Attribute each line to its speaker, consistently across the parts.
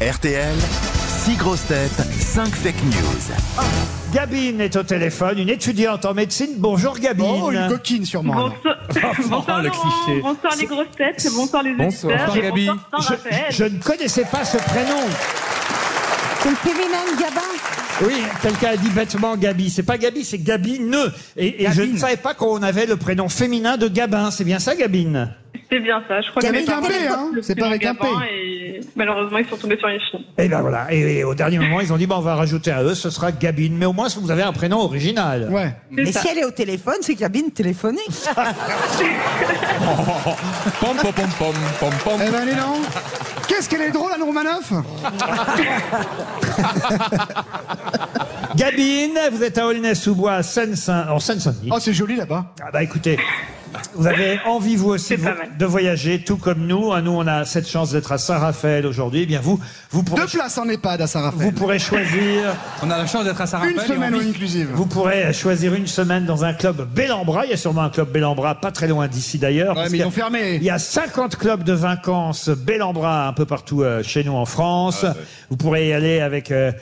Speaker 1: RTL, 6 grosses têtes, 5 fake news.
Speaker 2: Gabine est au téléphone, une étudiante en médecine. Bonjour Gabine.
Speaker 3: Oh, une coquine sûrement.
Speaker 4: Bonsoir, bonsoir,
Speaker 5: le
Speaker 4: Laurent.
Speaker 5: cliché.
Speaker 4: bonsoir les grosses têtes, bonsoir les
Speaker 5: Bonsoir.
Speaker 4: auditeurs,
Speaker 5: Bonsoir,
Speaker 4: et
Speaker 5: Gabi.
Speaker 4: bonsoir Saint-Raphaël.
Speaker 2: je, je ne connaissais pas ce prénom.
Speaker 6: C'est le féminin de Gabin.
Speaker 2: Oui, quelqu'un a dit bêtement Gabi. C'est pas Gabi, c'est Gabine. Et, et je
Speaker 3: Gabine.
Speaker 2: ne savais pas qu'on avait le prénom féminin de Gabin. C'est bien ça, Gabine
Speaker 4: C'est bien ça, je crois
Speaker 3: C'est
Speaker 4: que
Speaker 3: avec
Speaker 4: mes parents
Speaker 3: un P,
Speaker 4: étaient
Speaker 3: hein,
Speaker 4: le
Speaker 3: c'est pas
Speaker 4: prénom
Speaker 3: avec un P.
Speaker 4: Gabin et Malheureusement, ils sont tombés sur les filles.
Speaker 2: Et ben voilà. Et, et au dernier moment, ils ont dit bah, on va rajouter à eux, ce sera Gabine. Mais au moins, vous avez un prénom original.
Speaker 3: Ouais.
Speaker 6: Et si elle est au téléphone, c'est Gabine téléphonique.
Speaker 5: Pom pom pom pom pom pom.
Speaker 3: Eh ben allez non. Qu'est-ce qu'elle est drôle Anne Romanoff
Speaker 2: Gabine, vous êtes à Aulnay-sous-Bois, à Seine-Saint- en Seine-Saint-Denis.
Speaker 3: Oh c'est joli là-bas.
Speaker 2: Ah bah écoutez, vous avez envie vous aussi
Speaker 4: C'est
Speaker 2: de,
Speaker 4: pas
Speaker 2: vo-
Speaker 4: mal.
Speaker 2: de voyager, tout comme nous. Hein, Nous, on a cette chance d'être à Saint-Raphaël aujourd'hui. Eh bien, vous, vous pourrez,
Speaker 3: Deux places en EHPAD à
Speaker 2: vous
Speaker 3: Saint-Raphaël.
Speaker 2: pourrez choisir,
Speaker 5: On a la chance d'être à Saint-Raphaël.
Speaker 3: Une
Speaker 5: et
Speaker 3: semaine
Speaker 5: on
Speaker 3: en
Speaker 5: vit.
Speaker 3: inclusive.
Speaker 2: vous pourrez choisir une semaine dans un club Bellambra. Il y a sûrement un club Bellambra pas très loin d'ici d'ailleurs.
Speaker 3: Ouais,
Speaker 2: parce qu'il
Speaker 3: mais ils
Speaker 2: y a-
Speaker 3: ont fermé.
Speaker 2: il y a 50 clubs de vacances Bellambra un peu partout euh, chez nous en France.
Speaker 3: Ah,
Speaker 2: Vous pourrez y aller avec euh,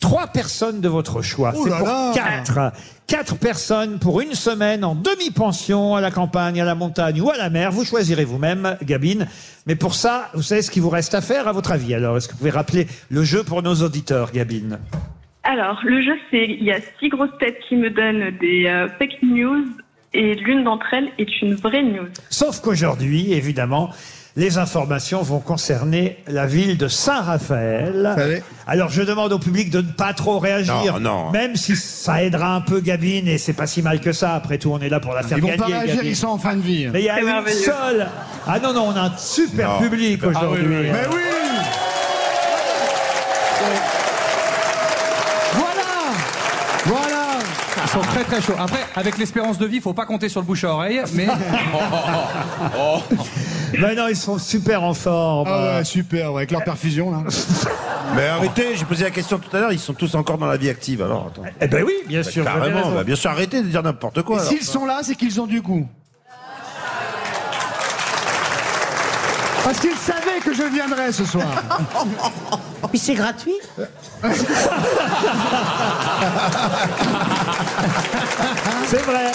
Speaker 2: trois personnes de votre choix.
Speaker 3: Ouh
Speaker 2: C'est
Speaker 3: Oh là
Speaker 2: pour
Speaker 3: là.
Speaker 2: quatre. Quatre personnes pour une semaine en demi-pension à la campagne, à la montagne ou à la mer. Vous choisirez vous-même, Gabine. Mais pour ça, vous savez ce qu'il vous reste à faire à votre avis. Alors, est-ce que vous pouvez rappeler le jeu pour nos auditeurs, Gabine
Speaker 4: Alors, le jeu, c'est il y a six grosses têtes qui me donnent des euh, fake news et l'une d'entre elles est une vraie news.
Speaker 2: Sauf qu'aujourd'hui, évidemment, les informations vont concerner la ville de Saint-Raphaël.
Speaker 3: Allez.
Speaker 2: Alors je demande au public de ne pas trop réagir,
Speaker 1: Non, non.
Speaker 2: même si ça aidera un peu Gabine et c'est pas si mal que ça. Après tout, on est là pour la faire
Speaker 3: Ils vont
Speaker 2: gagner.
Speaker 3: pas réagir,
Speaker 2: Gabine.
Speaker 3: ils sont en fin de vie.
Speaker 2: Mais il y a
Speaker 4: C'est
Speaker 2: une
Speaker 4: merveilleux.
Speaker 2: seule. Ah non non, on a un super
Speaker 1: Non,
Speaker 2: public
Speaker 1: super.
Speaker 5: Ah oui, oui,
Speaker 2: aujourd'hui.
Speaker 5: oui.
Speaker 3: Mais oui Voilà Voilà
Speaker 5: Ils sont très très chauds. Après, avec l'espérance de vie, faut pas compter sur le bouche à oreille, mais
Speaker 2: Mais non, ils sont super en forme.
Speaker 3: Ah ouais, super, ouais, avec leur perfusion là.
Speaker 1: Mais arrêtez, j'ai posé la question tout à l'heure, ils sont tous encore dans la vie active, alors attends.
Speaker 2: Eh ben oui, bien sûr. vous avez
Speaker 1: Carrément,
Speaker 2: raison.
Speaker 1: bah, bien sûr, arrêtez de dire n'importe quoi.
Speaker 3: Et
Speaker 1: alors.
Speaker 3: s'ils sont là, c'est qu'ils ont du goût. Parce qu'ils savaient que je viendrais ce soir.
Speaker 6: Puis c'est gratuit.
Speaker 2: C'est vrai.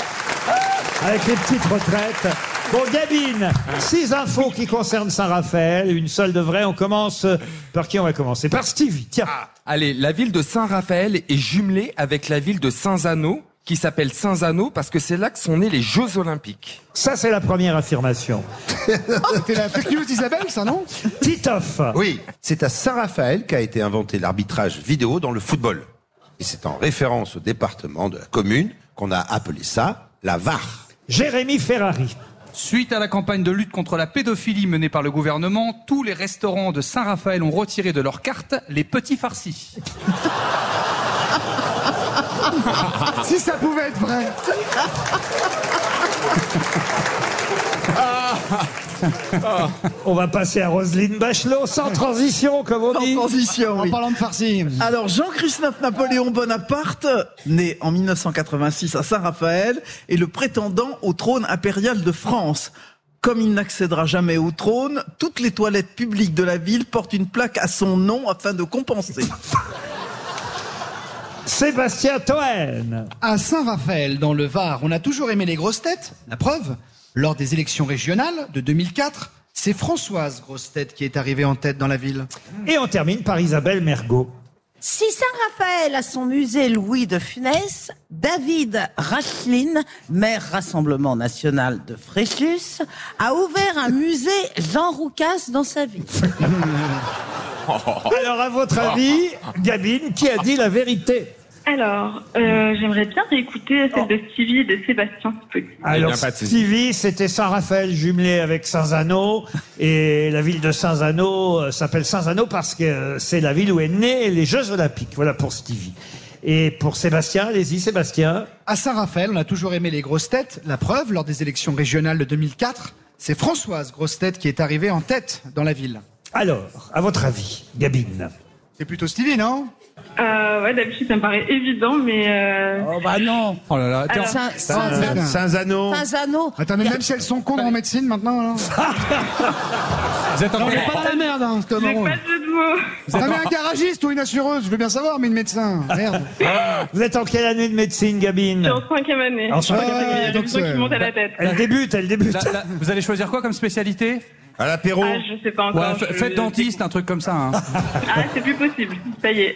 Speaker 2: Avec les petites retraites. Bon, Gabine, six infos qui concernent Saint-Raphaël, une seule de vraie. On commence euh, par qui on va commencer Par Stevie. Tiens,
Speaker 5: Ah. allez, la ville de Saint-Raphaël est jumelée avec la ville de Saint-Zano, qui s'appelle Saint-Zano parce que c'est là que sont nés les Jeux Olympiques.
Speaker 2: ça c'est la première affirmation.
Speaker 3: C'était la fake news d'Isabelle, ça non
Speaker 2: Titoff.
Speaker 1: Oui, c'est à Saint-Raphaël qu'a été inventé l'arbitrage vidéo dans le football. Et c'est en référence au département de la commune qu'on a appelé ça la VAR.
Speaker 2: Jérémy Ferrari.
Speaker 5: Suite à la campagne de lutte contre la pédophilie menée par le gouvernement, tous les restaurants de Saint-Raphaël ont retiré de leurs cartes les petits farcis.
Speaker 3: Si ça pouvait être vrai.
Speaker 2: On va passer à Roselyne Bachelot, sans transition, comme on dit.
Speaker 7: Transition,
Speaker 3: En
Speaker 7: oui.
Speaker 3: parlant de farci.
Speaker 7: Alors Jean-Christophe Napoléon Bonaparte, né en 1986 à Saint-Raphaël, est le prétendant au trône impérial de France. Comme il n'accédera jamais au trône, toutes les toilettes publiques de la ville portent une plaque à son nom afin de compenser.
Speaker 2: Sébastien Toen.
Speaker 3: À Saint-Raphaël, dans le Var, on a toujours aimé les grosses têtes. La preuve, lors des élections régionales de 2004, c'est Françoise Grosse Tête qui est arrivée en tête dans la ville.
Speaker 2: Et on termine par Isabelle Mergot.
Speaker 6: Si Saint-Raphaël a son musée Louis de Funès, David Racheline, maire Rassemblement National de Fréjus, a ouvert un musée Jean Roucas dans sa ville.
Speaker 3: Oh.
Speaker 2: Alors, à votre avis, Gabine, qui a dit la vérité
Speaker 4: Alors, euh, j'aimerais bien réécouter
Speaker 3: Oh.
Speaker 4: celle de Stevie et de Sébastien, si possible.
Speaker 2: Alors,
Speaker 5: Eh bien, pas de souci.
Speaker 2: Stevie, c'était Saint-Raphaël jumelé avec Saint-Zano. Et la ville de Saint-Zano euh, s'appelle Saint-Zano parce que euh, c'est la ville où est né les Jeux Olympiques. Voilà pour Stevie. Et pour Sébastien, allez-y, Sébastien.
Speaker 3: À Saint-Raphaël, on a toujours aimé les grosses têtes. La preuve, lors des élections régionales de 2004, c'est Françoise Grosse Tête qui est arrivée en tête dans la ville.
Speaker 2: Alors, à votre avis, Gabine
Speaker 3: C'est plutôt Stevie, non
Speaker 4: Euh, ouais, d'habitude, ça me paraît évident, mais... Euh...
Speaker 6: Oh bah non.
Speaker 5: Oh là là, tiens,
Speaker 4: Alors,
Speaker 3: Saint-
Speaker 1: Saint-Zano.
Speaker 6: Saint-Zano.
Speaker 3: Attends, mais même si elles sont cons en médecine maintenant, alors
Speaker 5: Vous êtes en
Speaker 3: Non,
Speaker 5: train
Speaker 3: mais pas de la merde, hein, c'est un
Speaker 4: J'ai
Speaker 3: marron.
Speaker 4: pas de jeu de mots.
Speaker 5: vous êtes
Speaker 3: Non, mais
Speaker 5: en-
Speaker 3: un garagiste ou une assureuse, je veux bien savoir, mais une médecin, merde.
Speaker 2: Vous êtes en quelle année de médecine,
Speaker 4: Je
Speaker 2: Gabine
Speaker 4: suis en cinquième année.
Speaker 2: En cinquième
Speaker 4: Il y a
Speaker 3: année,
Speaker 4: les
Speaker 3: Ah, donc
Speaker 4: gens qui
Speaker 3: c'est- bah,
Speaker 4: montent à la tête.
Speaker 2: Elle débute, elle débute.
Speaker 5: Là, là, vous allez choisir quoi comme spécialité
Speaker 8: À l'apéro.
Speaker 4: Ah, je sais pas encore.
Speaker 5: Ouais,
Speaker 4: je-
Speaker 5: fa- Faites dentiste, un truc comme ça. hein.
Speaker 4: Ah, c'est plus possible. Ça y est.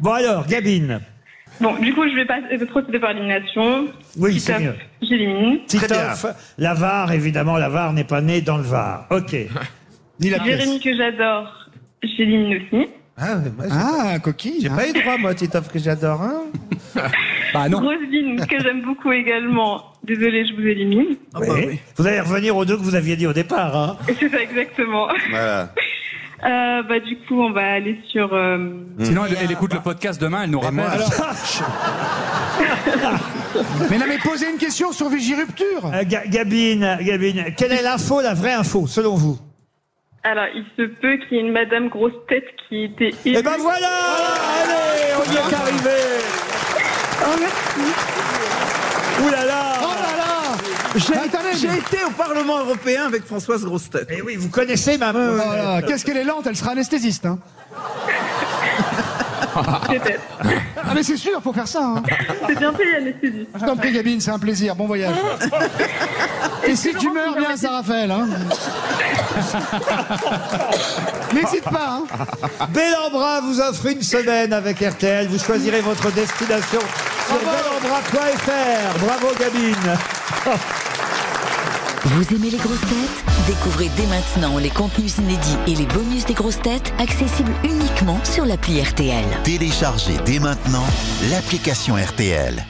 Speaker 2: Bon alors, Gabine.
Speaker 4: Bon, du coup, je vais pas euh, procéder par élimination.
Speaker 2: Oui,
Speaker 4: Petit
Speaker 2: c'est
Speaker 4: top,
Speaker 2: mieux.
Speaker 4: J'élimine.
Speaker 2: Titoff, la Var, évidemment, la Var n'est pas née dans le Var. Ok.
Speaker 3: Ni la pièce.
Speaker 4: Jérémy que j'adore, j'élimine aussi.
Speaker 8: Ah, ouais, moi, j'ai
Speaker 3: Ah, coquille. hein.
Speaker 8: pas eu droit, moi, Titoff, que j'adore. Hein
Speaker 5: Bah non.
Speaker 4: Roselyne que j'aime beaucoup également. Désolée, je vous élimine.
Speaker 7: Ah bah
Speaker 2: Oui.
Speaker 7: oui.
Speaker 2: Vous allez revenir aux deux que vous aviez dit au départ. Hein.
Speaker 4: Et C'est ça exactement.
Speaker 8: voilà.
Speaker 4: Euh, bah du coup, on va aller sur. euh,
Speaker 5: Sinon, elle, elle écoute le podcast demain, elle nous
Speaker 8: Mais
Speaker 5: rappelle.
Speaker 8: moi,
Speaker 3: Mais non, mais posez une question sur Vigirupture.
Speaker 2: Euh, Ga- Gabine, Gabine, quelle est l'info, la vraie info, selon vous
Speaker 4: Alors, il se peut qu'il y ait une Madame Grosse Tête qui était.
Speaker 2: Eh ben voilà Allez, on y est arrivé Ouh là là
Speaker 3: Oh là là
Speaker 7: J'ai
Speaker 3: Attendez,
Speaker 7: j'ai
Speaker 3: mais-
Speaker 7: été au Parlement européen avec Françoise Grostet.
Speaker 2: Eh oui, vous connaissez ma...
Speaker 3: Oh là là, Qu'est-ce qu'elle est lente, elle sera anesthésiste. Hein.
Speaker 4: Peut-être.
Speaker 3: Ah mais c'est sûr, faut faire ça. Hein.
Speaker 4: C'est bien payé, anesthésiste.
Speaker 3: Je t'en prie, Gabine, c'est un plaisir. Bon voyage. Et si tu meurs, viens à Saint-Raphaël. Hein. N'hésite pas. Hein.
Speaker 2: Bellambra vous offre une semaine avec RTL. Vous choisirez votre destination sur bellambra.fr. Bravo Gabine
Speaker 9: Vous aimez les grosses têtes Découvrez dès maintenant les contenus inédits et les bonus des grosses têtes accessibles uniquement sur l'appli RTL.
Speaker 1: Téléchargez dès maintenant l'application RTL.